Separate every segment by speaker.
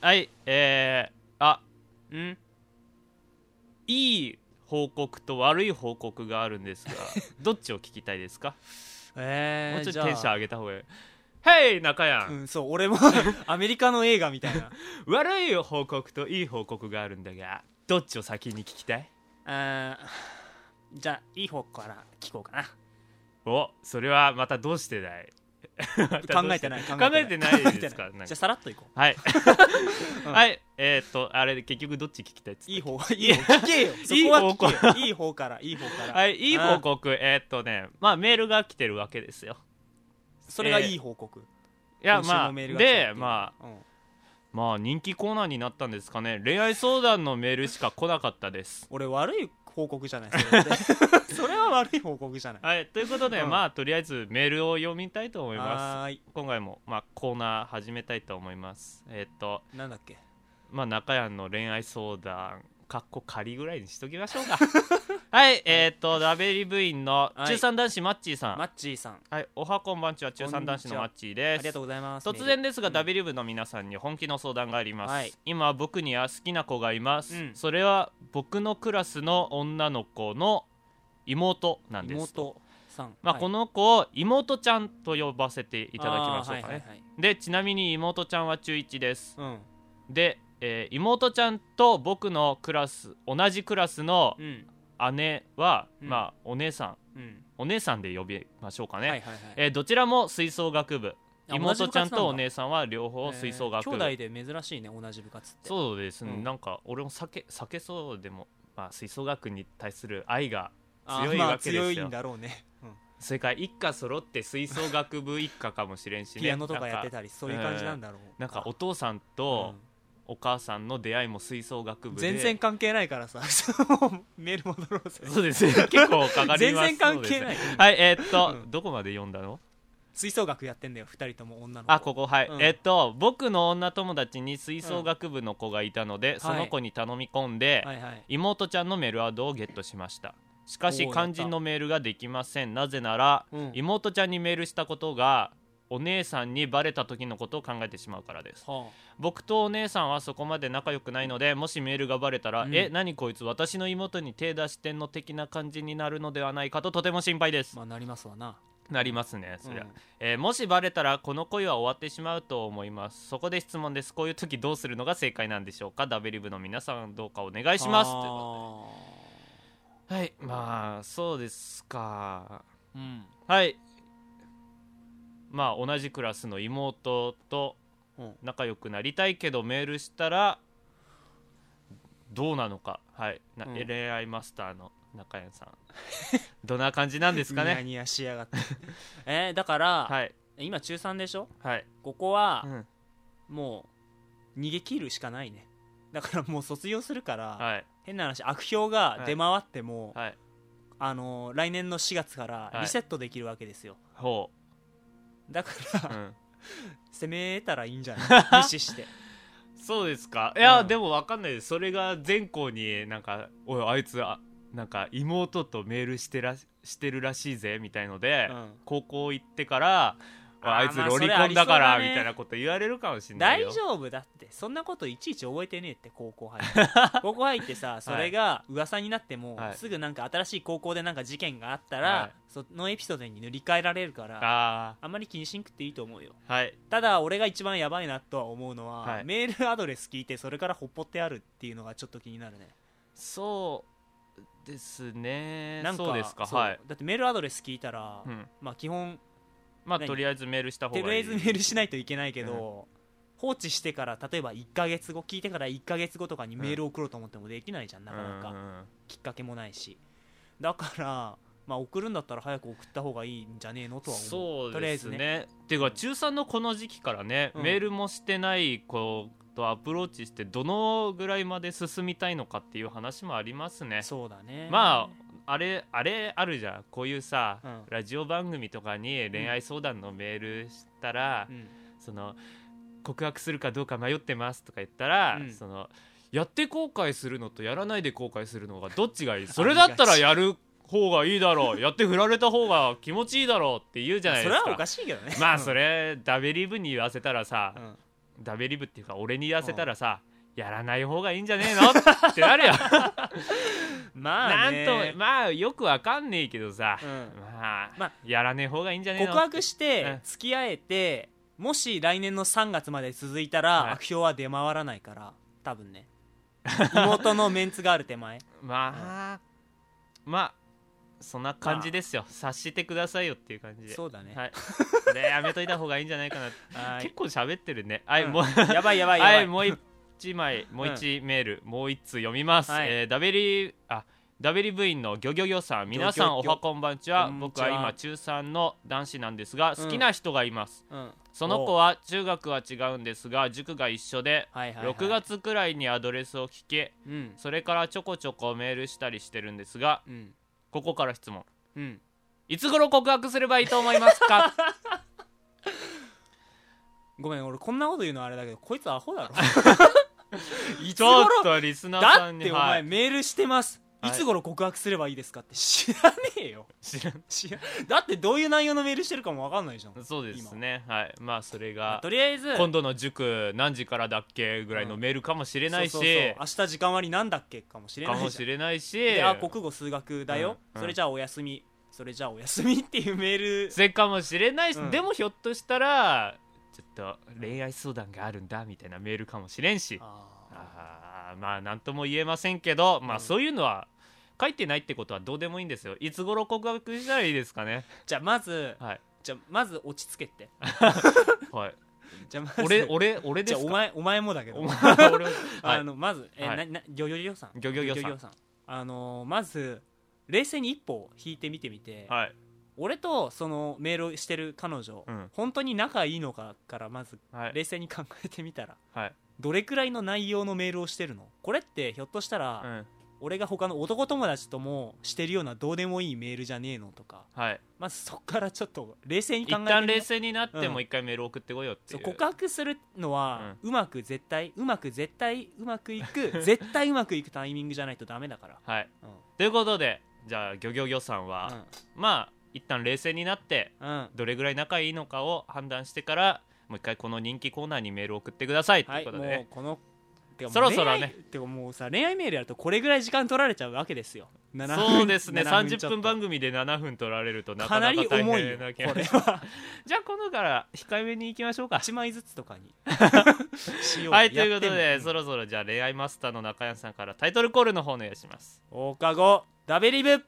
Speaker 1: はい、えー、あ、んいい報告と悪い報告があるんです が、どっちを聞きたいですか
Speaker 2: え
Speaker 1: もう
Speaker 2: ー、
Speaker 1: ちょっ
Speaker 2: じ
Speaker 1: と
Speaker 2: ゃあ
Speaker 1: テンション上げた方がいい。ヘイ中
Speaker 2: う
Speaker 1: 谷、
Speaker 2: ん、そ う俺もアメリカの映画みたいな
Speaker 1: 悪い報告といい報告があるんだが、どっちを先に聞きたい
Speaker 2: あーじゃあいい方から聞こうか な
Speaker 1: お、それはまたどうしてだい
Speaker 2: 考えてない
Speaker 1: 考えてない
Speaker 2: 考えて
Speaker 1: ですかなんか
Speaker 2: じゃあさらっといこう
Speaker 1: はい、
Speaker 2: うん
Speaker 1: はい、えー、っと、あれ、結局どっち聞きたいっつった
Speaker 2: いい方いい方聞けよ そ
Speaker 1: いい
Speaker 2: こ
Speaker 1: 方
Speaker 2: は
Speaker 1: 向
Speaker 2: 聞けよいい方からいい方から、
Speaker 1: はい、いい報告、えー、っとね、まあメールが来てるわけですよ。
Speaker 2: それがいい報告、
Speaker 1: いや、
Speaker 2: 今週
Speaker 1: まあ、
Speaker 2: もメールが来たってい
Speaker 1: で、
Speaker 2: う
Speaker 1: まあ、
Speaker 2: うん
Speaker 1: まあ人気コーナーになったんですかね恋愛相談のメールしか来なかったです
Speaker 2: 俺悪い報告じゃないそれって それは悪い報告じゃない
Speaker 1: はいということで、
Speaker 2: うん
Speaker 1: まあとりあえずメールを読みたいと思いま
Speaker 2: はーい
Speaker 1: す今回も、まあ、コーナー始めたいと思いますえっと
Speaker 2: なんだっけ
Speaker 1: まあ中谷の恋愛相談かっこ仮ぐらいにしときましょうかはいえっとダベリ部員の
Speaker 2: はい
Speaker 1: 中3男子マッチーさん、
Speaker 2: マッチーさんあ
Speaker 1: はい、おはこんばんちは中3男子のマッチーです
Speaker 2: りがとうございます
Speaker 1: 突然
Speaker 2: メ
Speaker 1: ですが、
Speaker 2: うん
Speaker 1: ダビリブの皆さんに本気の相談があります、
Speaker 2: はい
Speaker 1: 今僕には好きな子がいます、
Speaker 2: うん
Speaker 1: それは僕のクラスの女の子の妹な
Speaker 2: ー
Speaker 1: ん
Speaker 2: ル
Speaker 1: です
Speaker 2: 妹さん
Speaker 1: まあ、この子を妹ちゃんと呼ばせていただきましょうかね、
Speaker 2: あーはいはいはい
Speaker 1: でちなみに妹ちゃんは中1です
Speaker 2: うん
Speaker 1: で、えー妹ちゃんと僕のクラス同じクラスの
Speaker 2: うん
Speaker 1: 姉は、
Speaker 2: うん
Speaker 1: まあお姉さん
Speaker 2: うん
Speaker 1: お姉さんで呼びましょうかね、
Speaker 2: はいはいはい
Speaker 1: えーどちらも吹奏楽部
Speaker 2: あ
Speaker 1: 妹ちゃんとお
Speaker 2: 同じ部活なんだ
Speaker 1: 姉さんは両方吹奏楽部、
Speaker 2: えー兄弟で珍しいね同じ部活って
Speaker 1: そうですね、
Speaker 2: うん
Speaker 1: なんか俺も避け避けそうでも、まあ、吹奏楽に対する愛が
Speaker 2: あー
Speaker 1: 強いわけですよ
Speaker 2: まあ強いんだろうね、うん
Speaker 1: それから一家揃って吹奏楽部一家かもしれんしね
Speaker 2: ピアノとか
Speaker 1: な
Speaker 2: やって
Speaker 1: んか
Speaker 2: たりそういう感じなんだろう、
Speaker 1: なんかお父さん
Speaker 2: う
Speaker 1: と
Speaker 2: ん
Speaker 1: お母さんの出会いも吹奏楽部で
Speaker 2: 全然関係ないからさメール戻ろうぜ
Speaker 1: そうですね結構かかり
Speaker 2: 全
Speaker 1: ます
Speaker 2: 然関係ない
Speaker 1: そうですね
Speaker 2: うん
Speaker 1: はいえーっと、
Speaker 2: うん
Speaker 1: どこまで読んだの
Speaker 2: 吹奏楽やってんだよ二人とも女の子
Speaker 1: あここはい、
Speaker 2: うん
Speaker 1: えーっと僕の女友達に吹奏楽部の子がいたので、その子に頼み込んで、
Speaker 2: はいはい
Speaker 1: 妹ちゃんのメールアドをゲットしましたしか
Speaker 2: おー
Speaker 1: し
Speaker 2: やった
Speaker 1: 肝心のメールができませんなぜなら、
Speaker 2: うん
Speaker 1: 妹ちゃんにメールしたことがお姉さんにバレた時のことを考えてしまうからです
Speaker 2: は
Speaker 1: 僕とお姉さんはそこまで仲良くないのでもしメールがバレたら「
Speaker 2: うん
Speaker 1: え何こいつ私の妹に手出してんの?」的な感じになるのではないかととても心配で
Speaker 2: あ
Speaker 1: す、
Speaker 2: まあなりますわな
Speaker 1: なりますねそりゃ、
Speaker 2: うん
Speaker 1: えーもしバレたらこの恋は終わってしまうと思いますそこで質問ですこういう時どうするのが正解なんでしょうかダベリブの皆さんどうかお願いします
Speaker 2: あー
Speaker 1: ということではいまあそうですか
Speaker 2: うん
Speaker 1: はいまあ同じクラスの妹と
Speaker 2: うん
Speaker 1: 仲良くなりたいけどメールしたらどうなのかはい、な
Speaker 2: うん
Speaker 1: 恋愛マスターの中谷さん どんな感じなんですか
Speaker 2: ニヤ
Speaker 1: ね
Speaker 2: ニヤし やがってえーだから、
Speaker 1: はい
Speaker 2: 今中3でしょ
Speaker 1: はい、
Speaker 2: ここは
Speaker 1: うん
Speaker 2: もう逃げ切るしかないねだからもう卒業するから、
Speaker 1: はい
Speaker 2: 変な話悪評が出回っても、
Speaker 1: はい
Speaker 2: あのー来年の4月から
Speaker 1: はい
Speaker 2: リセットできるわけですよ、
Speaker 1: ほ
Speaker 2: だから、
Speaker 1: う、うん、
Speaker 2: 攻めたらいいんじ ゃない無視して
Speaker 1: そうですかいや、
Speaker 2: うん
Speaker 1: でもわかんないですそれが全校になんか「おいあいつあなんか妹とメールしてらししてるらしいぜ」みたいので、
Speaker 2: うん
Speaker 1: 高校行ってから「あ
Speaker 2: あー
Speaker 1: いつ
Speaker 2: まあ
Speaker 1: ロリコンだから」
Speaker 2: それありそうだね
Speaker 1: みたいなこと言われるかもしれない
Speaker 2: 大
Speaker 1: よ
Speaker 2: 丈夫だってそんなこといちいち覚えてねえって高校入って 高校入ってさそれが噂になっても、
Speaker 1: はい
Speaker 2: すぐなんか新しい高校でなんか事件があったら、
Speaker 1: はい
Speaker 2: そのエピソードに塗り替えられるからあ
Speaker 1: あ
Speaker 2: んまり気にしんくっていいと思うよ
Speaker 1: ーはい
Speaker 2: ただ俺が一番やばいなとは思うのは、
Speaker 1: はい
Speaker 2: メールアドレス聞いてそれからほっぽってあるっていうのがちょっと気になるね
Speaker 1: そうですね
Speaker 2: なんか
Speaker 1: そうですか
Speaker 2: そう
Speaker 1: はい、
Speaker 2: だってメールアドレス聞いたら、
Speaker 1: うん、
Speaker 2: まあ基本
Speaker 1: まあ
Speaker 2: 何
Speaker 1: とりあえずメールした方がい
Speaker 2: と
Speaker 1: い
Speaker 2: りあえずメールしないといけないけど、放置してから例えば1ヶ月後聞いてから1ヶ月後とかにメール送ろうと思ってもできないじゃんなかな
Speaker 1: うん
Speaker 2: か
Speaker 1: うんうん
Speaker 2: きっかけもないしだから、まあ、送るんだったら早く送った方がいいんじゃねえのとは思う
Speaker 1: そう
Speaker 2: とりあ
Speaker 1: で
Speaker 2: え
Speaker 1: す
Speaker 2: ず
Speaker 1: ね
Speaker 2: ね
Speaker 1: っていうか中3のこの時期からね、
Speaker 2: うん
Speaker 1: メールもしてない子とアプローチしてどのぐらいまで進みたいのかっていう話もありますね
Speaker 2: そうだね
Speaker 1: まああれあれあるじゃんこういうさ、
Speaker 2: うん
Speaker 1: ラジオ番組とかに恋愛相談のメールしたら、
Speaker 2: うん
Speaker 1: その告白するかどうか迷ってますとか言ったら、
Speaker 2: うん
Speaker 1: そのやって後悔するのとやらないで後悔するのがどっちがいいそれだったらやる方がいいだろ うやって振られた方が気持ちいいだろうって言うじゃない
Speaker 2: そ
Speaker 1: で
Speaker 2: れ
Speaker 1: すか
Speaker 2: はおかしいけどね
Speaker 1: まあそ
Speaker 2: れ、
Speaker 1: れダベリブに言わせたらさ
Speaker 2: う、ん
Speaker 1: ダベリブっていうか俺に言わせたらさ、やらない方がいいんじゃねえのってなるよ
Speaker 2: ま
Speaker 1: な
Speaker 2: あ
Speaker 1: ん
Speaker 2: ね
Speaker 1: とまあよくわかんねえけどさ、
Speaker 2: うん
Speaker 1: まあ、
Speaker 2: まあ
Speaker 1: やらねえ方がいいんじゃねえの
Speaker 2: 告白し
Speaker 1: うん
Speaker 2: て付き合えて、もし来年の3月まで続いたら、
Speaker 1: はい
Speaker 2: 悪評は出回らないから多 分ね妹のメンツがある手前
Speaker 1: まあ、まあそんな感じですよ、察してくださいよっていう感じで
Speaker 2: そうだね
Speaker 1: はい、これやめといた方がいいんじゃないか なって
Speaker 2: はい
Speaker 1: 結構喋ってるねはい、
Speaker 2: うん
Speaker 1: もう
Speaker 2: やばいやばいやば い、
Speaker 1: はい、もう一枚、もう一メール、もう一通読みます。
Speaker 2: はい
Speaker 1: えー、ダベリ、あ、ダベリ部員のギョギョギョさん、皆さん
Speaker 2: ギョ
Speaker 1: お
Speaker 2: ギョギョ
Speaker 1: はこんばんちは。
Speaker 2: こんにち
Speaker 1: 僕
Speaker 2: は
Speaker 1: は今中三の男子なんですが、
Speaker 2: うん
Speaker 1: 好きな人がいます。
Speaker 2: うん、はい
Speaker 1: その子は中学は違うんですが、塾が一緒で。
Speaker 2: はい、はい、
Speaker 1: 6、月くらいにアドレスを聞け
Speaker 2: うん
Speaker 1: それからちょこちょこメールしたりしてるんですが
Speaker 2: うん
Speaker 1: ここから質問
Speaker 2: うん
Speaker 1: いつ頃告白すればいいと思いますか
Speaker 2: ごめん俺こんなこと言うのはあれだけどこいつアホだろ い
Speaker 1: ち
Speaker 2: つ
Speaker 1: ょっ
Speaker 2: 頃
Speaker 1: とリスナー
Speaker 2: だ
Speaker 1: さ
Speaker 2: っ
Speaker 1: んに
Speaker 2: てお前、
Speaker 1: はい
Speaker 2: メールしてます、
Speaker 1: はい
Speaker 2: い、つ頃告白すればいいですかって知らねえよ
Speaker 1: 知らん
Speaker 2: 知らだってどういう内容のメールしてるかも分かんないじゃん、
Speaker 1: そうですねはいまあそれ
Speaker 2: まあ
Speaker 1: が
Speaker 2: とりあえず
Speaker 1: 今度の塾何時からだっけぐらいのメールかもしれないし、
Speaker 2: そうそうそう明日時間割なんだっけかもしれな
Speaker 1: か
Speaker 2: いじゃ
Speaker 1: も
Speaker 2: ん
Speaker 1: しれないし
Speaker 2: であ国語数学だ
Speaker 1: うん
Speaker 2: よ、
Speaker 1: うん
Speaker 2: それじゃあお休みそれじゃあお休みっていうメー ル
Speaker 1: それかもしれないし、
Speaker 2: うん
Speaker 1: でもひょっとしたらちょっと恋愛相談があるんだみたいなメールかもしれんし
Speaker 2: あ
Speaker 1: あーまあ何とも言えませんけど、ま
Speaker 2: う
Speaker 1: あ
Speaker 2: ん
Speaker 1: そういうのは書いてないってことはどうでもいいんですよいつ頃告白したらいいですか ね
Speaker 2: ーじゃあまず
Speaker 1: はい
Speaker 2: じゃあまず落ち着けって
Speaker 1: はい
Speaker 2: じゃあまず
Speaker 1: 俺俺俺です
Speaker 2: じゃあ
Speaker 1: か
Speaker 2: お前お前もだけど
Speaker 1: お前俺は
Speaker 2: あ
Speaker 1: い
Speaker 2: のまずえ、
Speaker 1: はい
Speaker 2: ななギョギョギョさん
Speaker 1: ギョギョギョさん
Speaker 2: さんあのーまず冷静に一歩引いてみてみて、
Speaker 1: はい
Speaker 2: 俺とそのメールをしてる彼女、
Speaker 1: うん
Speaker 2: 本当に仲いいのかからまず
Speaker 1: はい
Speaker 2: 冷静に考えてみたら
Speaker 1: はい
Speaker 2: どれくらいの内容のメールをしてるのこれってひょっとしたら、
Speaker 1: うん
Speaker 2: 俺が他の男友達ともしてるようなどうでもいいメールじゃねえのとか
Speaker 1: はい
Speaker 2: まずそっからちょっと冷静に
Speaker 1: 一
Speaker 2: 考えてみよう
Speaker 1: 旦冷静になって
Speaker 2: う
Speaker 1: も
Speaker 2: ん
Speaker 1: 一回メール送ってこいよってい
Speaker 2: そう
Speaker 1: う
Speaker 2: 告白するのは、うまく絶対うまく絶対うまく いく絶対うまくいくタイミングじゃないとダメだから、
Speaker 1: はい
Speaker 2: うん
Speaker 1: ということでじゃあ漁業漁さんは、まあ一旦冷静になって
Speaker 2: うんうん
Speaker 1: どれぐらい仲いいのかを判断してからもう一回この人気コーナーにメールを送ってくださいと
Speaker 2: は
Speaker 1: いう
Speaker 2: い
Speaker 1: こ
Speaker 2: も
Speaker 1: とで、ね
Speaker 2: うこのてか
Speaker 1: そろそろね
Speaker 2: 恋愛てかもうさ恋愛メールやるとこれぐらい時間取られちゃうわけですよ7分
Speaker 1: そうですね
Speaker 2: 7ち
Speaker 1: 30
Speaker 2: ょっと
Speaker 1: 分番組で7分取られるとな
Speaker 2: か
Speaker 1: か
Speaker 2: な
Speaker 1: な
Speaker 2: り
Speaker 1: か大
Speaker 2: 重いよ
Speaker 1: 変
Speaker 2: こ
Speaker 1: な気
Speaker 2: れ
Speaker 1: が
Speaker 2: は
Speaker 1: じゃあ今度から控えめにいきましょうか
Speaker 2: 1枚ずつとか にしよ
Speaker 1: はいということ
Speaker 2: や
Speaker 1: で
Speaker 2: っても
Speaker 1: そろそろじゃあ恋愛マスターの中山さんからタイトルコールの方お願いします
Speaker 2: 放課後ダベリブ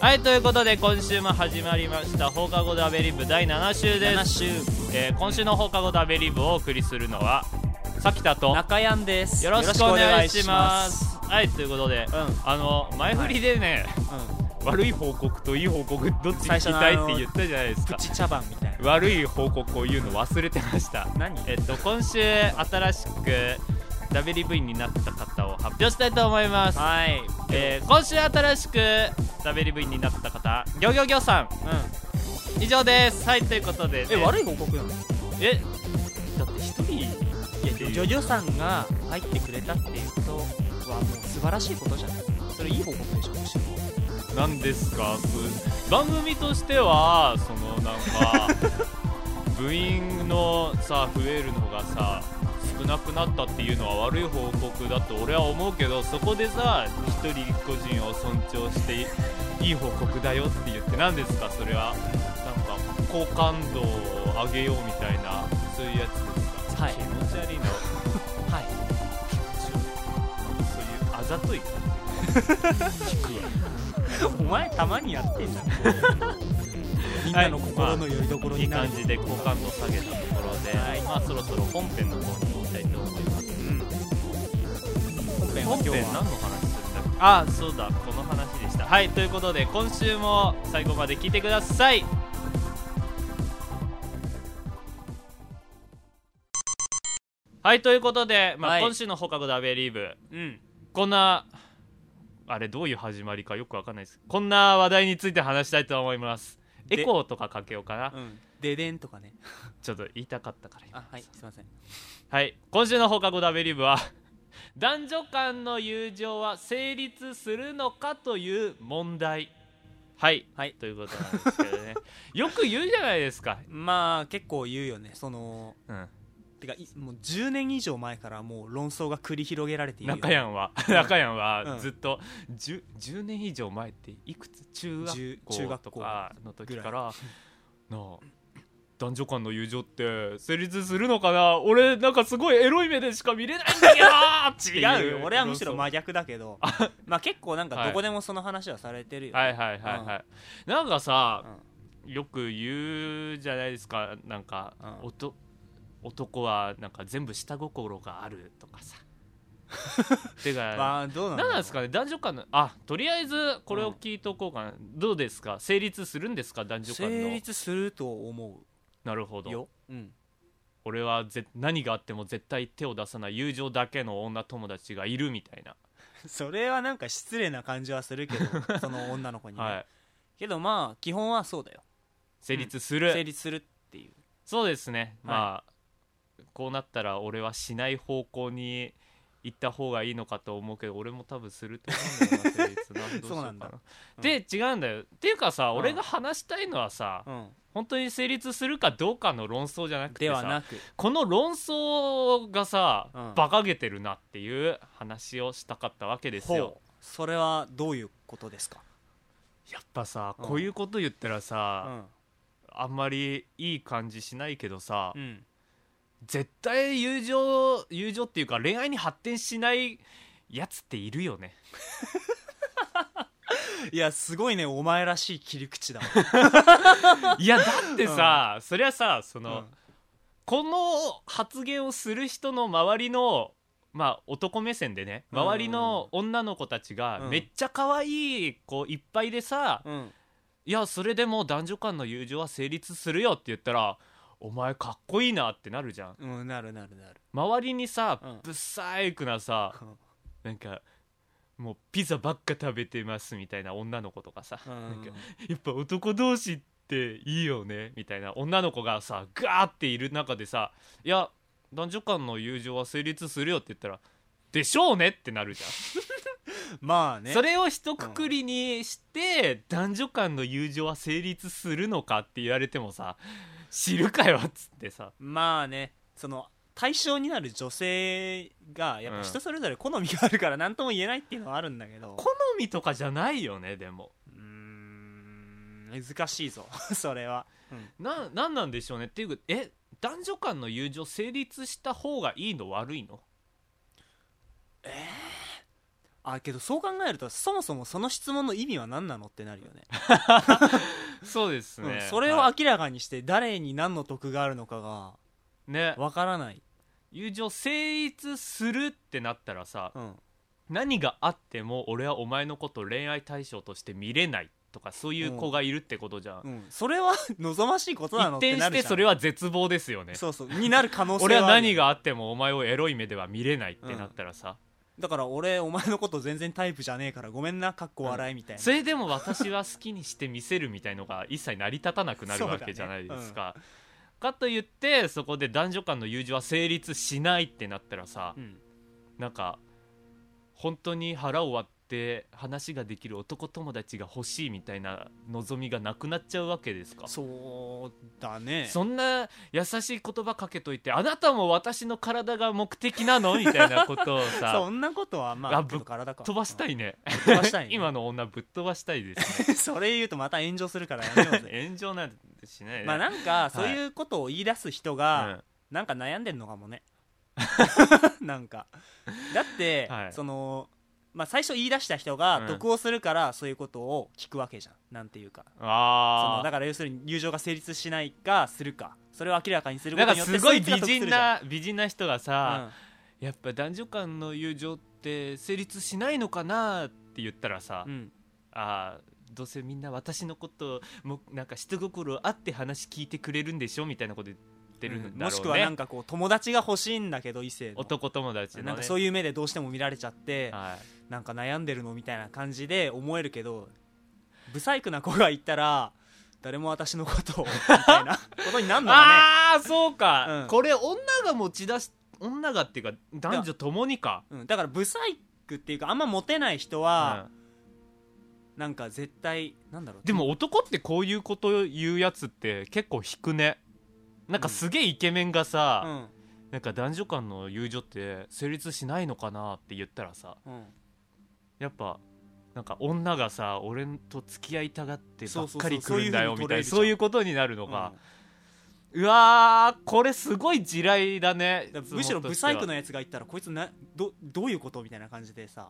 Speaker 1: はいということで今週も始まりました放課後ダベリブ第7週です
Speaker 2: 7週
Speaker 1: えー今週の放課後ダベリブをお送りするのはさきたと
Speaker 2: 中山です
Speaker 1: よろしくお願いしますはいということで、
Speaker 2: うん
Speaker 1: あの前振りでね、
Speaker 2: うん
Speaker 1: 悪い報告といい報告どっち聞きたいって言ったじゃないです
Speaker 2: プ
Speaker 1: か
Speaker 2: チ茶番みたいな
Speaker 1: 悪い報告を言うの忘れてました
Speaker 2: 何
Speaker 1: えっと今週新しく WV になった方を発表したいと思います、
Speaker 2: はい
Speaker 1: えー今週新しく WV になった方ギョギョギョさん
Speaker 2: う
Speaker 1: 以上ですはいということで、
Speaker 2: んえ悪
Speaker 1: い
Speaker 2: い報告なの
Speaker 1: えだって一人っていう
Speaker 2: ジョジョさんが入ってくれたっていうことはもう素晴らしいことじゃないそれいい報告でしょむしろ
Speaker 1: なんですかす番組としてはその なんか部員のさ増えるのがさ少なくなったっていうのは悪い報告だと俺は思うけどそこでさ一人個人を尊重していい報告だよって言って何ですかそれはなんか好感度を上げようみたいなそういうやつですか、
Speaker 2: はい
Speaker 1: 気持ち悪いな
Speaker 2: はい
Speaker 1: そういうあざとい感じ聞くわ
Speaker 2: お前たまにやってん じゃんみんなの心の拠り所
Speaker 1: いい
Speaker 2: になる
Speaker 1: 感じで好感度下げたところで、
Speaker 2: はい
Speaker 1: まあそろそろ本編の方に行きたいと思います
Speaker 2: 本編は
Speaker 1: 本
Speaker 2: 今日
Speaker 1: 編
Speaker 2: は
Speaker 1: 何の話するんだっけあそうだこの話でしたはいということで今週も最後まで聞いてくださいはいということで、まあ
Speaker 2: はい
Speaker 1: 今週の放課後ダベリーブ
Speaker 2: うん
Speaker 1: こんなあれどういう始まりかよくわかんないですこんな話題について話したいと思います
Speaker 2: で
Speaker 1: エコーとかかけようかな
Speaker 2: うんででんとかね
Speaker 1: ちょっと言いたかったから今
Speaker 2: あはいすいません
Speaker 1: はい今週の放課後ダベリブは 男女間の友情は成立するのかという問題はい、
Speaker 2: はい
Speaker 1: ということなんですけど ねよく言うじゃないですか、
Speaker 2: まあ結構言うよねその
Speaker 1: うん、
Speaker 2: てかいもう10年以上前からもう論争が繰り広げられているよ
Speaker 1: 中やんは中やんは
Speaker 2: うん
Speaker 1: ずっと 10, 10年以上前っていくつ中学
Speaker 2: 10中
Speaker 1: 校
Speaker 2: 学
Speaker 1: と
Speaker 2: 校
Speaker 1: かの時からなあ男女間の友情って成立するのかな俺なんかすごいエロい目でしか見れないんだけどってい
Speaker 2: 違うよ俺はむしろ真逆だ けどまあ結構なん
Speaker 1: は
Speaker 2: か
Speaker 1: い
Speaker 2: どこでもその話はされてるよ、ね
Speaker 1: はいはいはいはい、なんか
Speaker 2: う
Speaker 1: さ
Speaker 2: ん
Speaker 1: よく言うじゃないですかなんか、
Speaker 2: うん
Speaker 1: おと男はなんか全部下心があるとか さてか、
Speaker 2: まあどうなんだ
Speaker 1: 何
Speaker 2: ろう
Speaker 1: なんですかね男女間のあとりあえずこれを聞いとこうかな、どうですか成立するんですか男女間
Speaker 2: 成
Speaker 1: の
Speaker 2: 立すると思
Speaker 1: なるほ
Speaker 2: う
Speaker 1: ど
Speaker 2: よ、うん、
Speaker 1: 俺はぜ何があっても絶対手を出さない友情だけの女友達がいるみたいな、
Speaker 2: それはなんか失礼な感じはするけ どその女の子にね、
Speaker 1: はい
Speaker 2: けどまあ基本はそうだよ
Speaker 1: 成立する、
Speaker 2: 成立するっていう
Speaker 1: そうですね、まあこうなったら俺はしない方向に行った方がいいのかと思うけど俺も多分すると思うんだよな成 立などうしようか
Speaker 2: そう
Speaker 1: な
Speaker 2: なんだうん
Speaker 1: で違うんだよっていうかさ、
Speaker 2: うん
Speaker 1: 俺が話したいのはさ、
Speaker 2: うん
Speaker 1: 本当に成立するかどうかの論争じゃなくて
Speaker 2: で
Speaker 1: さ
Speaker 2: はなく
Speaker 1: この論争がさ、
Speaker 2: うん
Speaker 1: 馬鹿げてるなっていう話をしたかったわけですよ
Speaker 2: ほうそれはどういうことですか、
Speaker 1: やっぱさ、
Speaker 2: うん
Speaker 1: こういうこと言ったら
Speaker 2: う
Speaker 1: さ、
Speaker 2: ん
Speaker 1: あんまりいい感じしないけどさ、
Speaker 2: うん、
Speaker 1: 絶対友情友情っていうか恋愛に発展しないやつっているよ ね
Speaker 2: いやすごいねお前らしい切り口だわ、
Speaker 1: いやだってさ、そりゃさその、
Speaker 2: うん
Speaker 1: この発言をする人の周りのまあ男目線でね
Speaker 2: うん
Speaker 1: 周りの女の子たちが
Speaker 2: うん
Speaker 1: めっちゃ可愛い子いっぱいでさ、
Speaker 2: うん、
Speaker 1: いやそれでも男女間の友情は成立するよって言ったらお前かっこいいなってなるじゃん
Speaker 2: うん、なるなるなる
Speaker 1: 周りにさ、
Speaker 2: うん
Speaker 1: ぶっさいくなさなんかもうピザばっか食べてますみたいな女の子とかさ、
Speaker 2: うん
Speaker 1: なんかやっぱ男同士っていいよねみたいな女の子がさガーっている中でさ「いや男女間の友情は成立するよ」って言ったら「でしょうね」ってなるじゃん、
Speaker 2: まあね
Speaker 1: それを一括りにして、男女間の友情は成立するのかって言われてもさ知るかよっつってさ
Speaker 2: まあねその対象になる女性がやっぱ人それぞれ好みがあるから何とも言えないっていうのはあるんだけど
Speaker 1: 好みとかじゃないよねでも
Speaker 2: うーん難しいぞ それは、
Speaker 1: ななんなんでしょうねっていうかえ男女間の友情成立した方がいいの悪いの
Speaker 2: あけどそう考えるとそもそもその質問の意味は何なのってなるよね
Speaker 1: そうですね、
Speaker 2: うんそれを
Speaker 1: は
Speaker 2: 明らかにして誰に何の得があるのかが
Speaker 1: いね
Speaker 2: わからない、
Speaker 1: 友情成立するってなったらさ
Speaker 2: うん、
Speaker 1: 何があっても俺はお前のこと恋愛対象として見れないとかそういう子がいるってことじゃん、
Speaker 2: うんそれは 望ましいことな
Speaker 1: 一
Speaker 2: のっ
Speaker 1: 転
Speaker 2: てな
Speaker 1: し
Speaker 2: るじゃ
Speaker 1: て
Speaker 2: ん
Speaker 1: それは絶望ですよね
Speaker 2: そうそうになる可能性はある
Speaker 1: 俺は何があってもお前をエロい目では見れないってなったらさ、
Speaker 2: だから俺お前のこと全然タイプじゃねえからごめんなかっこ笑いみたいな、
Speaker 1: それでも私は好きにして見せるみたいのが一切成り立たなくなるわけじゃないですか、かといってそこで男女間の友情は成立しないってなったらさ、
Speaker 2: うん
Speaker 1: なんか本当に腹を割って話ができる男友達が欲しいみたいな望みがなくなっちゃうわけですか
Speaker 2: そうだね
Speaker 1: そんな優しい言葉かけといてあなたも私の体が目的なのみたいなことを
Speaker 2: そ
Speaker 1: さ
Speaker 2: んなことはま
Speaker 1: あ
Speaker 2: あ
Speaker 1: ぶっ
Speaker 2: けど体か
Speaker 1: 飛ばしたいね
Speaker 2: うん飛ばしたい ね
Speaker 1: 今の女ぶっ飛ばしたいですね
Speaker 2: それ言うとまた炎上するからやめよう ぜ
Speaker 1: 炎上なんてしないね
Speaker 2: まあなんかそういうことを言い出す人が
Speaker 1: う
Speaker 2: なんか悩んでんのかも ねなんかだって
Speaker 1: はい
Speaker 2: そのまあ最初言い出した
Speaker 1: う
Speaker 2: 人
Speaker 1: ん
Speaker 2: が得をするからそういうことを聞くわけじゃんなんていうか
Speaker 1: ん
Speaker 2: その
Speaker 1: あ
Speaker 2: だから要するに友情が成立しないかするかそれを明らかにす
Speaker 1: あ
Speaker 2: る
Speaker 1: な
Speaker 2: こ
Speaker 1: ん
Speaker 2: と
Speaker 1: か
Speaker 2: によって
Speaker 1: すごい
Speaker 2: そい
Speaker 1: 美
Speaker 2: つが得す
Speaker 1: 人
Speaker 2: るじゃん
Speaker 1: な美人な人がさ、
Speaker 2: うん
Speaker 1: やっぱ男女間の友情って成立しないのかなって言ったらさ、
Speaker 2: うん
Speaker 1: あーどうせみんな私のこともなんか下心あって話聞いてくれるんでしょみたいなこと言ってるんだろうね、
Speaker 2: もしくはなんかこう友達が欲しいんだけど異性の
Speaker 1: 男友達の、ね、
Speaker 2: なんかそういう目でどうしても見られちゃって
Speaker 1: は
Speaker 2: なんか悩んでるのみたいな感じで思えるけどブサイクな子がいたら誰も私のことをみた いなことになるのか
Speaker 1: ああそうか、
Speaker 2: うん
Speaker 1: これ女が持ち出し女がっていうか男女ともにか、
Speaker 2: ね、うん、だからブサイクっていうかあんまモテない人は、なんか絶対なんだろ
Speaker 1: う
Speaker 2: うん
Speaker 1: でも男ってこういうこと言うやつって結構引くねなんかすげえイケメンが
Speaker 2: う
Speaker 1: さ、
Speaker 2: ん
Speaker 1: なんか男女間の友情って成立しないのかなって言ったらさ
Speaker 2: うん
Speaker 1: やっぱなんか女がさ俺と付き合いたがってばっかり
Speaker 2: そうそうそう
Speaker 1: 来るんだよ
Speaker 2: そういう風に
Speaker 1: みたいな
Speaker 2: 捉えるじゃん
Speaker 1: そういうことになるの
Speaker 2: うん
Speaker 1: が、うわーこれすごい地雷だね
Speaker 2: だからむしろブサイクの
Speaker 1: や
Speaker 2: やつが言ったらこいつなどどういうことみたいな感じでさ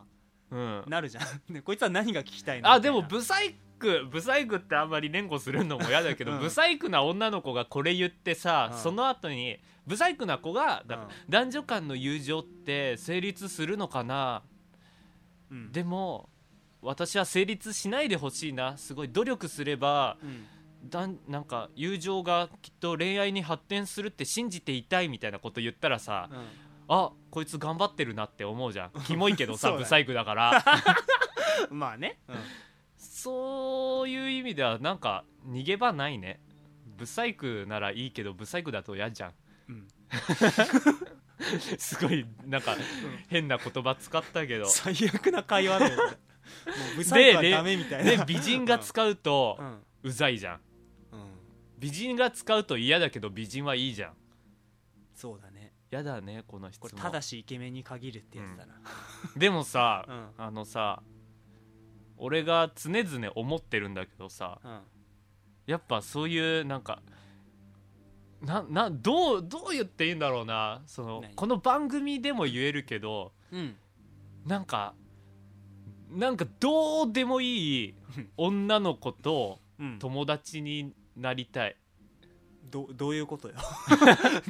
Speaker 1: うん
Speaker 2: なるじゃん ねこいつは何が聞きたいの
Speaker 1: あでも
Speaker 2: みたい
Speaker 1: ブサイクブサイクってあんまり連呼するのも嫌だけど、
Speaker 2: うん
Speaker 1: ブサイクな女の子がこれ言ってさ、
Speaker 2: うん
Speaker 1: その後にブサイクな子がだ
Speaker 2: うん
Speaker 1: 男女間の友情って成立するのかな
Speaker 2: なうん
Speaker 1: でも私は成立しないでほしいなすごい努力すれば
Speaker 2: うん
Speaker 1: だんなんか友情がきっと恋愛に発展するって信じていたいみたいなこと言ったらさ、
Speaker 2: うん
Speaker 1: あこいつ頑張ってるなって思うじゃんキモいけど
Speaker 2: そう
Speaker 1: さ
Speaker 2: だね
Speaker 1: ブサイクだから
Speaker 2: まあね、うん
Speaker 1: そういう意味ではなんか逃げ場ないねブサイクならいいけどブサイクだと嫌じゃん
Speaker 2: うん
Speaker 1: すごいなんか変な言葉使ったけど
Speaker 2: 最悪な会話だよこれもうブサイクは
Speaker 1: で
Speaker 2: ダメみたいな
Speaker 1: で美人が使うと
Speaker 2: うん、
Speaker 1: うざいじゃん
Speaker 2: うん、
Speaker 1: 美人が使うと嫌だけど美人はいいじゃん
Speaker 2: そうだね
Speaker 1: 嫌だねこの質
Speaker 2: こ
Speaker 1: 問
Speaker 2: れただしイケメンに限るってやつだな
Speaker 1: でもさ、
Speaker 2: うん
Speaker 1: あのさ俺が常々思ってるんだけどさ
Speaker 2: うん、
Speaker 1: やっぱそういうなんかななどうどう言っていいんだろうなその
Speaker 2: 何
Speaker 1: この番組でも言えるけど
Speaker 2: うん、
Speaker 1: なんかなんかどうでもいい
Speaker 2: うん
Speaker 1: 女の子と
Speaker 2: うん、
Speaker 1: 友達になりたい
Speaker 2: どどういうこと よ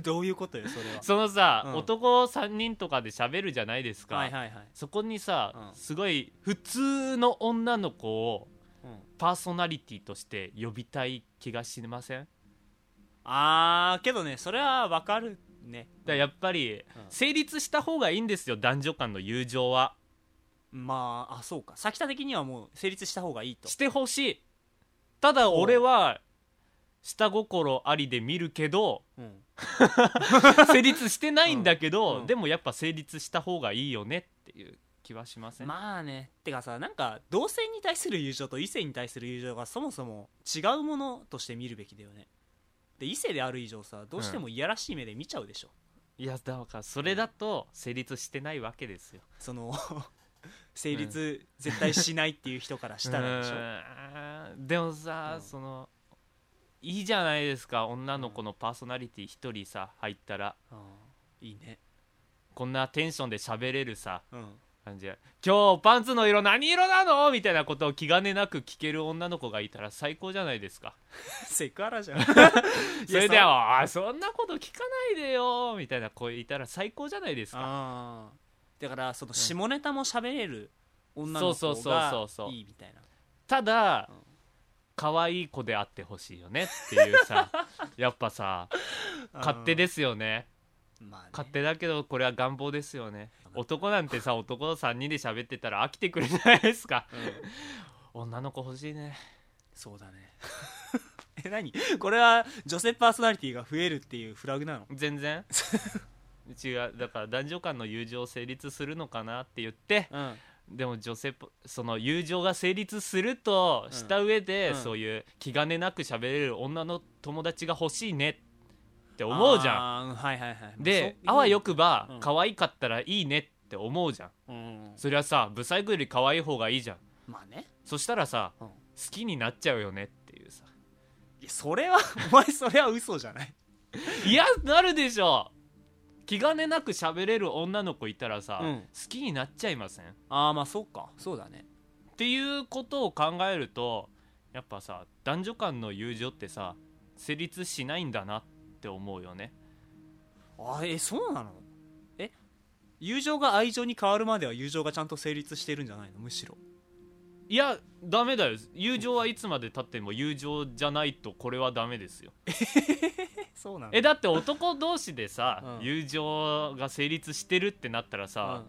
Speaker 2: どういうことよそれは
Speaker 1: そのさ、
Speaker 2: うん
Speaker 1: 男3人とかで喋るじゃないですか、
Speaker 2: はいはいはい、
Speaker 1: そこにさ、
Speaker 2: うん
Speaker 1: すごい普通の女の子を
Speaker 2: うん、
Speaker 1: パーソナリティとして呼びたい気がしません
Speaker 2: あーけどねそれはわかるね
Speaker 1: だからやっぱり成立した方がいいんですよ男女間の友情は。
Speaker 2: まああそうか先田的にはもう成立した方がいいと
Speaker 1: してほしいただ俺は下心ありで見るけど
Speaker 2: うん
Speaker 1: 成立してないんだけど、
Speaker 2: うんうん
Speaker 1: でもやっぱ成立した方がいいよねっていう気はしません、
Speaker 2: まあねてかさなんか同性に対する友情と異性に対する友情がそもそも違うものとして見るべきだよねで異性である以上さどうしてもいやらしい目で見ちゃうでしょ、
Speaker 1: いやだからそれだと成立してないわけですよ
Speaker 2: その 成立絶対しないっていう人からしたらでしょ
Speaker 1: うーんでもさ、
Speaker 2: うん
Speaker 1: そのいいじゃないですか女の子のパーソナリティ一人さ入ったら
Speaker 2: うんいいね
Speaker 1: こんなテンションで喋れるさ
Speaker 2: うん
Speaker 1: 感じで今日パンツの色何色なのみたいなことを気兼ねなく聞ける女の子がいたら最高じゃないですか
Speaker 2: セクハラじゃん
Speaker 1: それではあそんなこと聞かないでよみたいな子いたら最高じゃないですか
Speaker 2: あーだからその下ネタも喋れる女の
Speaker 1: そうそ
Speaker 2: 子
Speaker 1: うそ
Speaker 2: が
Speaker 1: うそうそう
Speaker 2: いいみたいな
Speaker 1: ただ
Speaker 2: うん
Speaker 1: 可愛い子であってほしいよねっていう さやっぱさ勝手ですよね
Speaker 2: まあね
Speaker 1: 勝手だけどこれは願望ですよね男なんてさ男3人で喋ってたら飽きてくるじゃないですか
Speaker 2: うん
Speaker 1: 女の子欲しいね
Speaker 2: そうだね え何これは女性パーソナリティが増えるっていうフラグなの
Speaker 1: 全然違うだから男女間の友情成立するのかなって言って
Speaker 2: うん
Speaker 1: でも女性ぽその友情が成立するとした上で、
Speaker 2: うん
Speaker 1: そういう気兼ねなく喋れる女の友達が欲しいねって思うじゃん
Speaker 2: ゃんはいはいはい
Speaker 1: で
Speaker 2: そう
Speaker 1: あわよくば、
Speaker 2: うん
Speaker 1: 可愛かったらいいねって思うじゃん
Speaker 2: うん
Speaker 1: そりゃさブサイクより可愛い方がいいじゃん
Speaker 2: まあね
Speaker 1: そしたらさ
Speaker 2: うん
Speaker 1: 好きになっちゃうよねっていうさ
Speaker 2: いやそれは お前それは嘘じゃない
Speaker 1: いやなるでしょ気兼ねなく喋れる女の子いたらさ、
Speaker 2: うん
Speaker 1: 好きになっちゃいません
Speaker 2: ああまあそうかそうだね
Speaker 1: っていうことを考えるとやっぱさ男女間の友情ってさ成立しないんだなって思うよね
Speaker 2: あえそうなのえ友情が愛情に変わるまでは友情がちゃんと成立してるんじゃないのむしろ
Speaker 1: いやダメだよ友情はいつまでたっても友情じゃないとこれはダメですよ
Speaker 2: えそうなの
Speaker 1: えだって男同士でさ、
Speaker 2: うん
Speaker 1: 友情が成立してるってなったら
Speaker 2: う
Speaker 1: さ、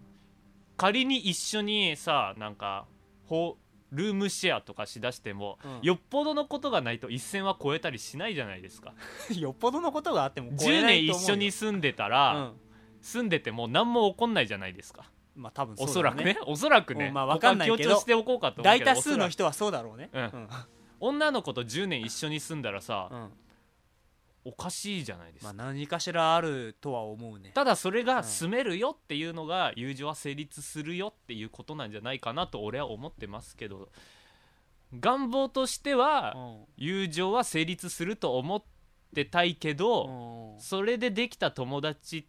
Speaker 1: 仮に一緒にさなんかほルームシェアとかしだしても、
Speaker 2: うん
Speaker 1: よっぽどのことがないと一線は超えたりしないじゃないですか
Speaker 2: よっぽどのことがあっても超え
Speaker 1: 10
Speaker 2: ない
Speaker 1: 年一
Speaker 2: と思うよ
Speaker 1: 緒に住んでた
Speaker 2: う
Speaker 1: ら、
Speaker 2: ん
Speaker 1: 住んでても何も起こんないじゃないですか
Speaker 2: まあ多分
Speaker 1: お
Speaker 2: そ
Speaker 1: そうら
Speaker 2: だ
Speaker 1: く
Speaker 2: ろう
Speaker 1: ねおそらくね
Speaker 2: うんまあわかんないけど
Speaker 1: ここは強調しておこうかと思う
Speaker 2: 大
Speaker 1: けど
Speaker 2: 多
Speaker 1: お
Speaker 2: 数の
Speaker 1: そらく
Speaker 2: 人はそうだろうね
Speaker 1: うん女の子と10年一緒に住んだらさ、
Speaker 2: うん
Speaker 1: おかしいじゃないです
Speaker 2: ま
Speaker 1: か、
Speaker 2: あ何かしらあるとは思うね
Speaker 1: ただそれ
Speaker 2: うん
Speaker 1: が住めるよっていうのが友情は成立するよっていうことなんじゃないかなと俺は思ってますけど願望として
Speaker 2: う
Speaker 1: は
Speaker 2: ん
Speaker 1: 友情は成立すると思ってたいけど、
Speaker 2: うん
Speaker 1: それでできた友達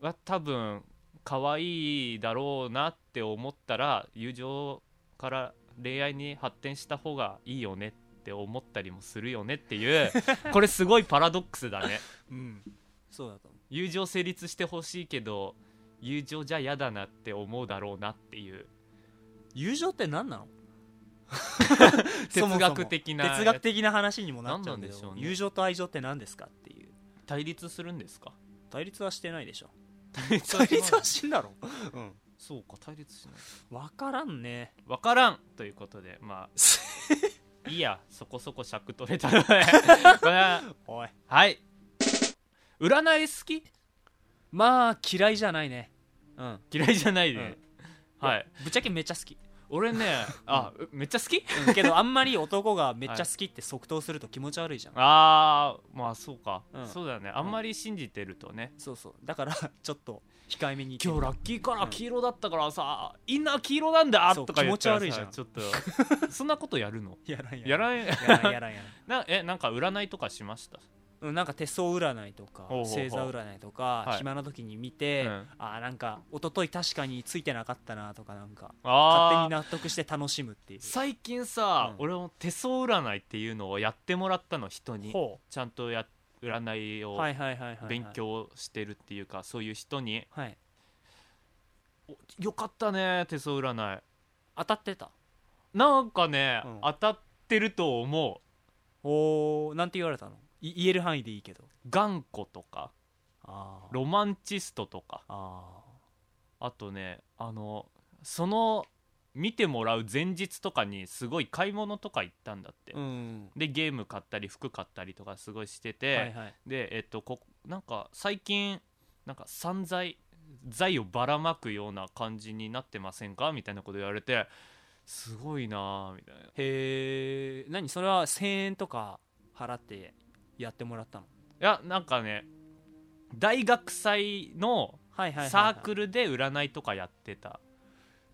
Speaker 1: は多分可愛いだろうなって思ったら友情から恋愛に発展した方がいいよねって思ったりもするよねっていうこれすごいパラドックスだね
Speaker 2: うんそうだと思
Speaker 1: 友情成立してほしいけど友情じゃ嫌だなって思うだろうなっていう
Speaker 2: う友情って何なのそも
Speaker 1: 哲
Speaker 2: そも
Speaker 1: 学的な
Speaker 2: 哲学的な話にもなっちゃうんだけ
Speaker 1: 何な
Speaker 2: ど
Speaker 1: んでしょうね
Speaker 2: 友情と愛情って何ですかっていう
Speaker 1: 対立するん ですか
Speaker 2: 対立はしてないでし ょ
Speaker 1: 対立
Speaker 2: 対立はしてんだろうん
Speaker 1: そうか対立しない
Speaker 2: 分からんね
Speaker 1: 分からんということでまあいいやそこそこ尺取れた のでこれは
Speaker 2: おい
Speaker 1: はい占い好き
Speaker 2: まあ嫌いじゃないねうん
Speaker 1: 嫌いじゃないで、はい
Speaker 2: ぶっちゃけめっちゃ好き、
Speaker 1: 俺ねあうめっちゃ好き
Speaker 2: うんけどあんまり男がめっちゃ好きって即答すると気持ち悪いじゃん、
Speaker 1: あーまあそうか、
Speaker 2: うん
Speaker 1: そうだよねあんまり信じてるとね、
Speaker 2: そうそうだからちょっと控えめに
Speaker 1: 今日ラッキーカラー黄色だったからさ、インナー黄色なんだ
Speaker 2: そう
Speaker 1: とか言ったらさ
Speaker 2: 気持ち悪いじゃん
Speaker 1: ちょっと そんなことやるの
Speaker 2: 日やらん
Speaker 1: や
Speaker 2: ん
Speaker 1: ら ん
Speaker 2: やらんやらんやらん
Speaker 1: なえなんか占いとかしました
Speaker 2: うん、なんか手相占いとか
Speaker 1: ほうほうほう
Speaker 2: 星座占いとか、
Speaker 1: はい
Speaker 2: 暇な時に見て、
Speaker 1: うん
Speaker 2: あーなんか一昨日確かについてなかったなとかなんか勝手
Speaker 1: あ
Speaker 2: に
Speaker 1: あ
Speaker 2: 納得して楽しむっていう
Speaker 1: 最近さ、
Speaker 2: うん
Speaker 1: 俺も手相占いっていうのをやってもらったの人に
Speaker 2: ほ
Speaker 1: ちゃんとや占いを
Speaker 2: はいはいはいはい、はい、
Speaker 1: 勉強してるっていうか、そういう人に
Speaker 2: はい
Speaker 1: およかったね手相占い
Speaker 2: 当たってた
Speaker 1: なんかね、
Speaker 2: うん
Speaker 1: 当たってると思
Speaker 2: おーなんて言われたのい言える範囲でいいけど
Speaker 1: う頑固とか
Speaker 2: あー
Speaker 1: ロマンチストとか
Speaker 2: あ
Speaker 1: あとねあのその見てもらう前日とかにすごい買い物とか行ったんだって、
Speaker 2: ーうん
Speaker 1: でゲーム買ったり服買ったりとかすごいしてて、
Speaker 2: はいはい
Speaker 1: でえっとこなんか最近なんか散財財をばらまくような感じになってませんかみたいなこと言われてすごいなあみたいな
Speaker 2: へえ何それは1000円とか払ってやってもらったの
Speaker 1: いやなんかね大学祭の
Speaker 2: はいはいはいはい、
Speaker 1: サークルで占いとかやってた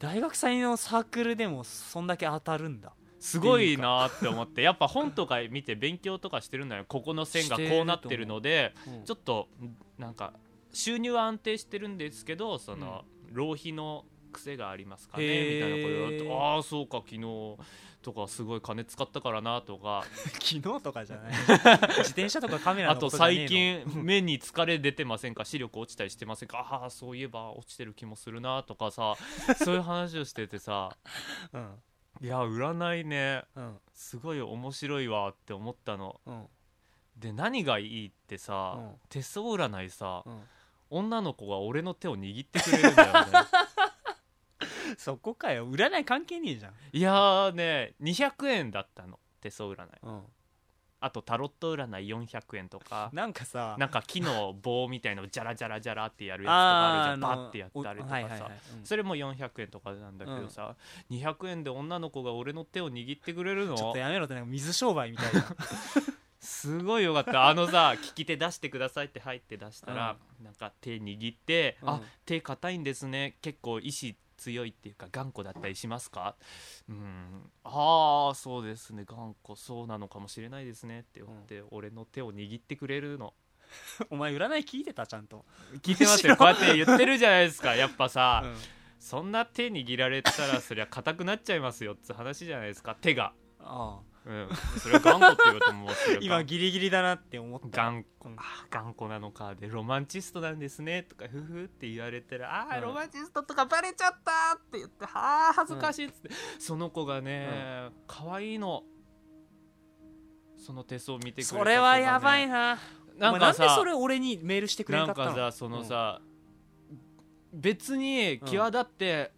Speaker 2: 大学祭のサークルでもそんだけ当たるんだ
Speaker 1: すごいなって思ってやっぱ本とか見て勉強とかしてるんだよここの線がこうなってるのでち
Speaker 2: ょ
Speaker 1: ょっとなんか収入は安定してるんですけどその浪費の癖がありますかね
Speaker 2: へー
Speaker 1: みたいなこと言われてああそうか昨日とかすごい金使ったからなとか
Speaker 2: 昨日とかじゃない自転車とかカメ ラ
Speaker 1: あ
Speaker 2: の
Speaker 1: と
Speaker 2: ことじゃねえの
Speaker 1: 最近目に疲れ出てませ んか視力落ちたりしてませんかああそういえば落ちてる気もするなとかさ そういう話をしててさ
Speaker 2: うん
Speaker 1: いや占いね
Speaker 2: うん
Speaker 1: すごい面白いわって思ったの
Speaker 2: うん
Speaker 1: で何がいいってさ、
Speaker 2: うん
Speaker 1: 手相占いさ
Speaker 2: うん
Speaker 1: 女の子が俺の手を握ってくれるんだ よね
Speaker 2: そこかよ占い関係ねえじゃん
Speaker 1: いやーね200円だったの手相占い
Speaker 2: うん
Speaker 1: あとタロット占い400円とか
Speaker 2: なんかさ
Speaker 1: なんか木の棒みたいのをジャラジャラジャラってやるやつとかあ
Speaker 2: あ
Speaker 1: る
Speaker 2: ー
Speaker 1: じゃん
Speaker 2: の
Speaker 1: パッてやったりとかさ、
Speaker 2: はいはいはいうん
Speaker 1: それも400円とかなんだけどさ、200円で女の子が俺の手を握ってくれる
Speaker 2: ちょっ
Speaker 1: の
Speaker 2: とやめろってなんか水商売みたいな
Speaker 1: すごいよかったあのさ聞き手出してくださいって入って出したら、なんか手握って、
Speaker 2: うん
Speaker 1: あ手硬いんですね結構意志強いっていうか頑固だったりしますかうんああそうですね頑固そうなのかもしれないですねって言って、俺の手を握ってくれるの
Speaker 2: お前占い聞いてたちゃんと、
Speaker 1: 聞い てますよこうやって言ってるじゃないですかやっぱさ、
Speaker 2: うん
Speaker 1: そんな手握られたらそりゃ硬くなっちゃいますよって話じゃないですか手が、
Speaker 2: あ
Speaker 1: うん、それは頑固って言うともうそれ
Speaker 2: あ
Speaker 1: は
Speaker 2: 今
Speaker 1: 頑
Speaker 2: ギリギリだなって思った
Speaker 1: 頑
Speaker 2: うん
Speaker 1: あー頑固なのかでロマンチストなんですねとかふふって言われたらあー、
Speaker 2: うん
Speaker 1: ロマンチストとかバレちゃったって言ってあー恥ずかしいっつって、その子がね、可愛いのその手相見てくれた子
Speaker 2: そ
Speaker 1: がね
Speaker 2: れはやばいな
Speaker 1: なんか
Speaker 2: お前
Speaker 1: さ
Speaker 2: なんでそれ俺にメールしてくれ
Speaker 1: な
Speaker 2: なか
Speaker 1: ん
Speaker 2: ったの
Speaker 1: かさそのさ、別に際立って、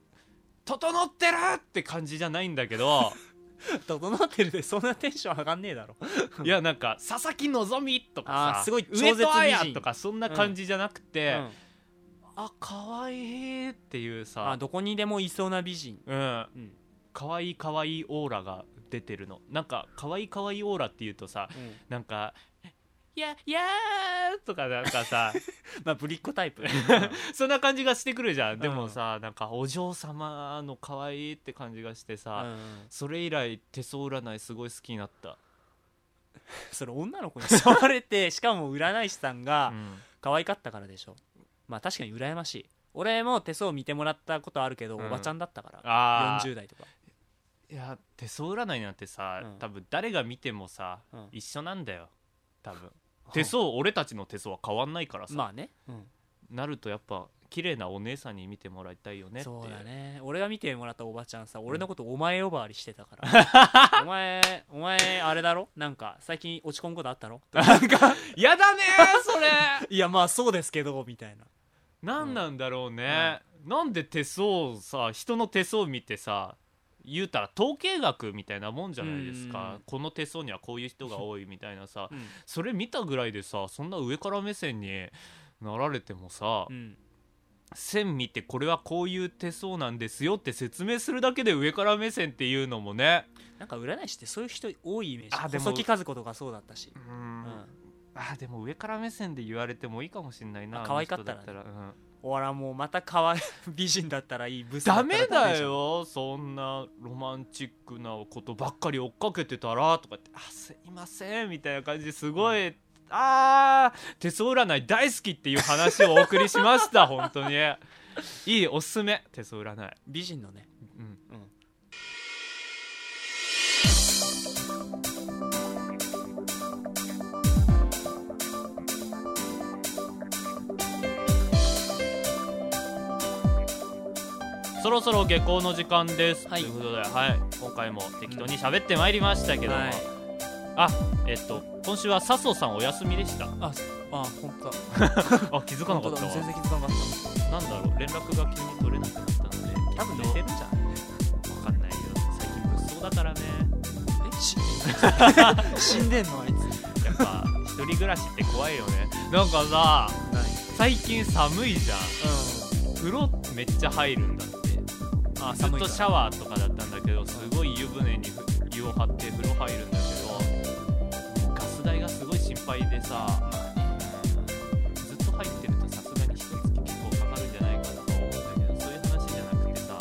Speaker 1: 整ってるって感じじゃないんだけど
Speaker 2: 整ってるでそんなテンション上がんねえだろ
Speaker 1: いやなんか佐々木希とか
Speaker 2: あ
Speaker 1: さ
Speaker 2: ーすごい超
Speaker 1: 上
Speaker 2: 絶美人
Speaker 1: 戸彩とかそんな感じじゃなくて、
Speaker 2: うん
Speaker 1: あ可愛いっていう
Speaker 2: あ
Speaker 1: さ
Speaker 2: どこにでもいそうな美人
Speaker 1: うん
Speaker 2: うんうん
Speaker 1: 可愛い可愛いオーラが出てるのなんか可愛い可愛いオーラっていうとさなんか「いやいやー」とかなんかさ
Speaker 2: まあぶりっ子タイプ
Speaker 1: そんな感じがしてくるじゃんでもさ、なんかお嬢様の可愛いって感じがしてさ、
Speaker 2: うん
Speaker 1: それ以来手相占いすごい好きになった、
Speaker 2: それ女の子に 触れてしかも占い師さんが
Speaker 1: うん
Speaker 2: 可愛かったからでしょまあ確かに羨ましい俺も手相見てもらったことあるけど、
Speaker 1: うん
Speaker 2: おばちゃんだったから
Speaker 1: あー
Speaker 2: 40代とか
Speaker 1: いや手相占いなんてさ、
Speaker 2: うん
Speaker 1: 多分誰が見てもさ、
Speaker 2: うん
Speaker 1: 一緒なんだよ多分手相俺たちの手相は変わんないからさ、
Speaker 2: まあね、うん
Speaker 1: なるとやっぱ綺麗なお姉さんに見てもらいたいよねってい
Speaker 2: そうだね俺が見てもらったおばちゃんさ俺のことお前呼ばわりしてたから お前お前あれだろなんか最近落ち込むことあったろとかなんか
Speaker 1: やだねーそれ
Speaker 2: いやまあそうですけどみたいな
Speaker 1: 何なんだろうね、なんで手相さ人の手相見てさ言うたら統計学みたいなもんじゃないです
Speaker 2: う
Speaker 1: か
Speaker 2: ん
Speaker 1: この手相にはこういう人が多いみたいなさ
Speaker 2: うん、
Speaker 1: それ見たぐらいでさそんな上から目線になられてもさ、
Speaker 2: うん、
Speaker 1: 線見てこれはこういう手相なんですよって説明するだけで上から目線っていうのもね
Speaker 2: なんか占い師ってそういう人多いイメージ
Speaker 1: あでも
Speaker 2: 細木和子とかそうだったし、
Speaker 1: う
Speaker 2: うんん、
Speaker 1: あでも上から目線で言われてもいいかもしれないなあ
Speaker 2: あ
Speaker 1: の人
Speaker 2: 可愛かったらね
Speaker 1: だうん
Speaker 2: おらもうまた可愛い 美人だったらいいブスだ
Speaker 1: ダ
Speaker 2: ったら
Speaker 1: メだ
Speaker 2: でしょ
Speaker 1: よそんなロマンチックなことばっかり追っかけてたらとかって「あすいません」みたいな感じですごい、あー手相占い大好きっていう話をお送りしました本当にいいおすすめ手相占い、
Speaker 2: 美人のね
Speaker 1: うん、
Speaker 2: うん
Speaker 1: そろそろ下校の時間です、
Speaker 2: はい
Speaker 1: ということで、はい、今回も適当に喋ってまいりましたけども、
Speaker 2: はい
Speaker 1: あえっと今週は笹生さんお休みでした
Speaker 2: あそあ本当だ
Speaker 1: あ気づかなか
Speaker 2: 本
Speaker 1: っ
Speaker 2: 当
Speaker 1: た
Speaker 2: だ
Speaker 1: わ
Speaker 2: 全然気づかなかっ
Speaker 1: なんだろう連絡が急に取れなくなったので
Speaker 2: た多分寝てるんじゃん
Speaker 1: わかんないけど最近物騒だからね
Speaker 2: えし 死んでんのあいつ
Speaker 1: やっぱ一人暮らしって怖いよねなんかさ
Speaker 2: ない
Speaker 1: 最近寒いじゃん風呂めっちゃ入るんだって
Speaker 2: うんあ
Speaker 1: ずっ
Speaker 2: 寒い
Speaker 1: と
Speaker 2: か
Speaker 1: シャワーとかだったんだけどすごい湯船に湯を張って風呂入るんだけどガス代がすごい心配でさずっと入ってるとさすがに一月結構かかるんじゃないかとか思うんだけどそういう話じゃなくてさ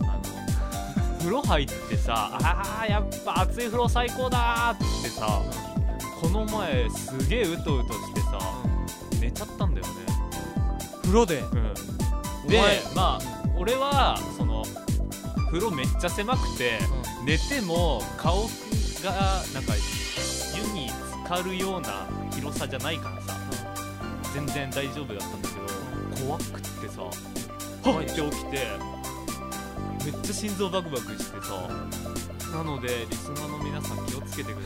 Speaker 1: あの風呂入ってさあーやっぱ熱い風呂最高だーってさこの前すげえうとうとしてさ寝ちゃったんだよね
Speaker 2: 風呂で
Speaker 1: うんで
Speaker 2: お前
Speaker 1: まあ俺はその風呂めっちゃ狭くて寝ても顔がなんか湯に浸かるような広さじゃないからさ全然大丈夫だったんだけど怖くってさは
Speaker 2: 怖
Speaker 1: っ
Speaker 2: い
Speaker 1: っ
Speaker 2: で
Speaker 1: て
Speaker 2: し
Speaker 1: 起きてめっちゃ心臓バクバクしてさなのでリスナーの皆さん気をつけてく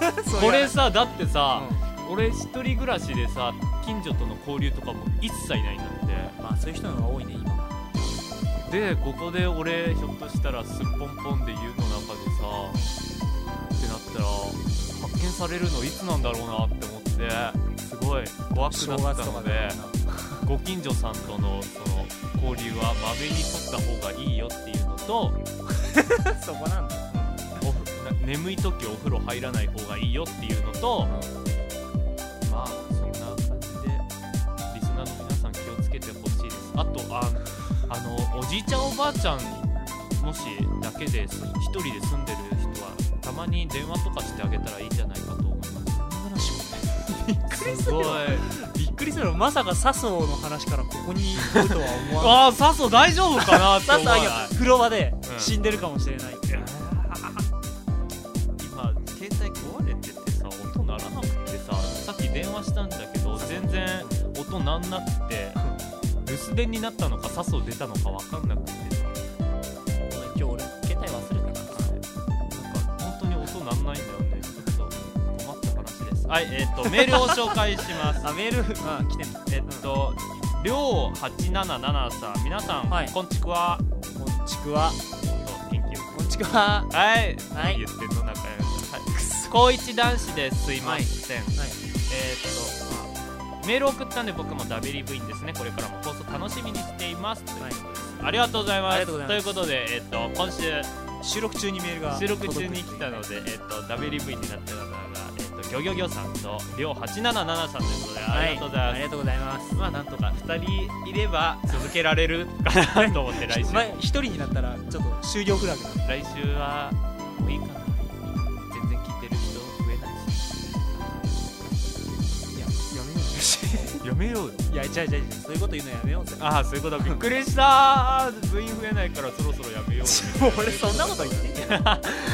Speaker 1: だ さいこれさだってさ、俺一人暮らしでさ近所との交流とかも一切ないんだっ
Speaker 2: まあそういう人の方が多いね今は
Speaker 1: てでここで俺ひょっとしたらすっぽんぽんで湯の中でさってなったら発見されるのいつなんだろうなって思ってすごい怖く
Speaker 2: 正
Speaker 1: なっ
Speaker 2: 月
Speaker 1: た
Speaker 2: とか
Speaker 1: の
Speaker 2: だ
Speaker 1: で
Speaker 2: よ。
Speaker 1: ご近所さんとのその交流はまめに取った方がいいよっていうのと
Speaker 2: なそこなんだ
Speaker 1: おふな眠い時お風呂入らない方がいいよっていうのとまあそんな感じでリスナーの皆さん気をつけてほしいですあとああのおじいちゃんおばあちゃんもしだけで一人で住んでる人はたまに電話とかしてあげたらいいんじゃないかと思います
Speaker 2: びっくりす
Speaker 1: す
Speaker 2: る
Speaker 1: ごい
Speaker 2: よびっくりするよまさか笹生の話からここに行くとは思 わな
Speaker 1: ああ笹生大丈夫かなっ
Speaker 2: い
Speaker 1: て思
Speaker 2: 笹
Speaker 1: わない
Speaker 2: 生が風呂場で
Speaker 1: うん
Speaker 2: 死んでるかもしれない
Speaker 1: いやー今携帯壊れててさ音鳴らなくてささっき電話したんだけど全然音なんなくて留守電になったのか笹生出たのか分かんなくてさ
Speaker 2: ごめん今日俺携帯忘れたからさ
Speaker 1: なんか本当に音なんないんだよねちょっと困った話ですはいえっ、とメールを紹介します
Speaker 2: あメールあ来てんの
Speaker 1: えっとりょう877さん皆さん、
Speaker 2: はい
Speaker 1: こんちくわ
Speaker 2: こんちくわ
Speaker 1: 元気よ
Speaker 2: こんちくわ
Speaker 1: くはい、
Speaker 2: はい
Speaker 1: 言ってんの仲良しはい
Speaker 2: くそ
Speaker 1: 高一男子ですすいません、
Speaker 2: はい
Speaker 1: えーっとメール送ったんで僕も WV ですねこれからも放送楽しみにしています、
Speaker 2: はい
Speaker 1: ありがとうございます
Speaker 2: ありがとうございます
Speaker 1: ということで、えーっと今週
Speaker 2: 収録中にメールが
Speaker 1: 収録中に来
Speaker 2: 届く
Speaker 1: たので、えっと、WV になった方が、えっと、ギョギョギョさんとりょう877さんということでありがとうございます、
Speaker 2: ありがとうございます
Speaker 1: まあなんとか2人いれば続けられるかなと思って来週、
Speaker 2: まあ一人になったらちょっと終了フラグだ
Speaker 1: 来週はもういいかな全然聞いてる人増えないし
Speaker 2: いややめよ
Speaker 1: やめよう
Speaker 2: うよ
Speaker 1: よ
Speaker 2: いや違う違う違うそういうこと言うのやめようぜ
Speaker 1: ああそういうことびっくりした部員増えないからそろそろやめよう
Speaker 2: もう俺そんなこと言ってんじゃん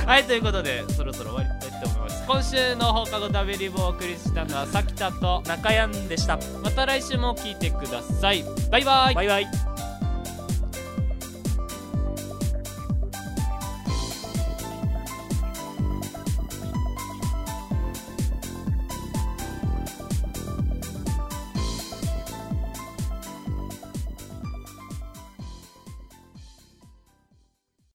Speaker 1: はいということでそろそろ終わりたいと思います今週の放課後 WV をお送りしたのはさきたと
Speaker 2: 中やんでした
Speaker 1: また来週も聞いてくださいバイバイ
Speaker 2: バイバイ